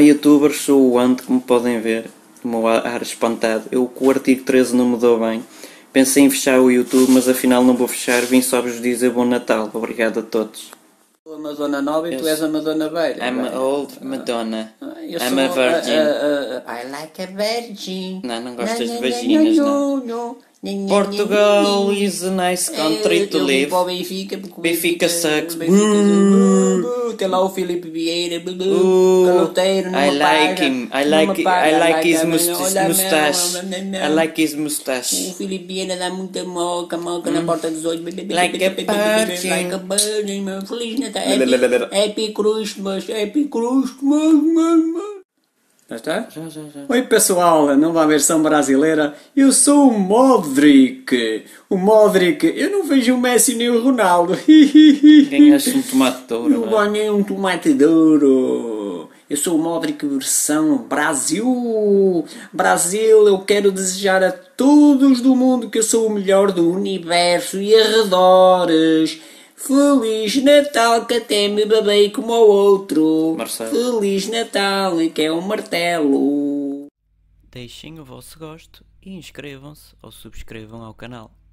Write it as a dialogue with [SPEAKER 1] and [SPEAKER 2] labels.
[SPEAKER 1] youtubers, sou o Ant, como podem ver, do meu ar espantado. Eu com o artigo 13 não me dou bem. Pensei em fechar o YouTube, mas afinal não vou fechar. Vim só vos dizer bom Natal. Obrigado a todos.
[SPEAKER 2] Sou uma zona nova e
[SPEAKER 1] Eu
[SPEAKER 2] tu és uma zona velha.
[SPEAKER 1] I'm
[SPEAKER 2] velho.
[SPEAKER 1] a old Madonna.
[SPEAKER 2] Ah, eu
[SPEAKER 1] I'm
[SPEAKER 2] sou
[SPEAKER 1] a virgin.
[SPEAKER 2] a- a- a- I like a virgin.
[SPEAKER 1] Não, não gostas de
[SPEAKER 2] Na- na-
[SPEAKER 1] vaginas,
[SPEAKER 2] na-
[SPEAKER 1] não.
[SPEAKER 2] no, no. Na- na- na-
[SPEAKER 1] Portugal is a nice country
[SPEAKER 2] Eu-
[SPEAKER 1] to
[SPEAKER 2] eu vou
[SPEAKER 1] live.
[SPEAKER 2] para o Benfica, porque o
[SPEAKER 1] Benfica sucks.
[SPEAKER 2] Benfica-
[SPEAKER 1] Boo.
[SPEAKER 2] Boo. Tem lá o Filipe Vieira, boo,
[SPEAKER 1] Ooh,
[SPEAKER 2] caloteiro, não
[SPEAKER 1] I
[SPEAKER 2] me
[SPEAKER 1] like
[SPEAKER 2] paga,
[SPEAKER 1] him. I
[SPEAKER 2] não
[SPEAKER 1] like
[SPEAKER 2] me paga,
[SPEAKER 1] I like his
[SPEAKER 2] a minha-
[SPEAKER 1] must-
[SPEAKER 2] olha a minha-
[SPEAKER 1] mustache.
[SPEAKER 2] olha a minha-
[SPEAKER 1] I like his
[SPEAKER 2] O
[SPEAKER 1] mustache.
[SPEAKER 2] Filipe Vieira dá muita é moca, moca na porta dos olhos.
[SPEAKER 1] Like a party.
[SPEAKER 2] Like a party, meu. Feliz Natal.
[SPEAKER 1] Lalalala.
[SPEAKER 2] Happy, happy Christmas, Happy Christmas, mama. Já está?
[SPEAKER 1] Já, já, já.
[SPEAKER 2] Oi pessoal, numa versão brasileira, eu sou o Modric. O Modric, eu não vejo o Messi nem o Ronaldo.
[SPEAKER 1] Ganhaste um tomate de ouro,
[SPEAKER 2] Eu
[SPEAKER 1] não é?
[SPEAKER 2] ganhei um tomate de ouro. Eu sou o Modric versão Brasil. Brasil, eu quero desejar a todos do mundo que eu sou o melhor do universo e arredores. Feliz Natal que até me babei como ao outro.
[SPEAKER 1] Marcelo.
[SPEAKER 2] Feliz Natal e que é um martelo.
[SPEAKER 1] Deixem o vosso gosto e inscrevam-se ou subscrevam ao canal.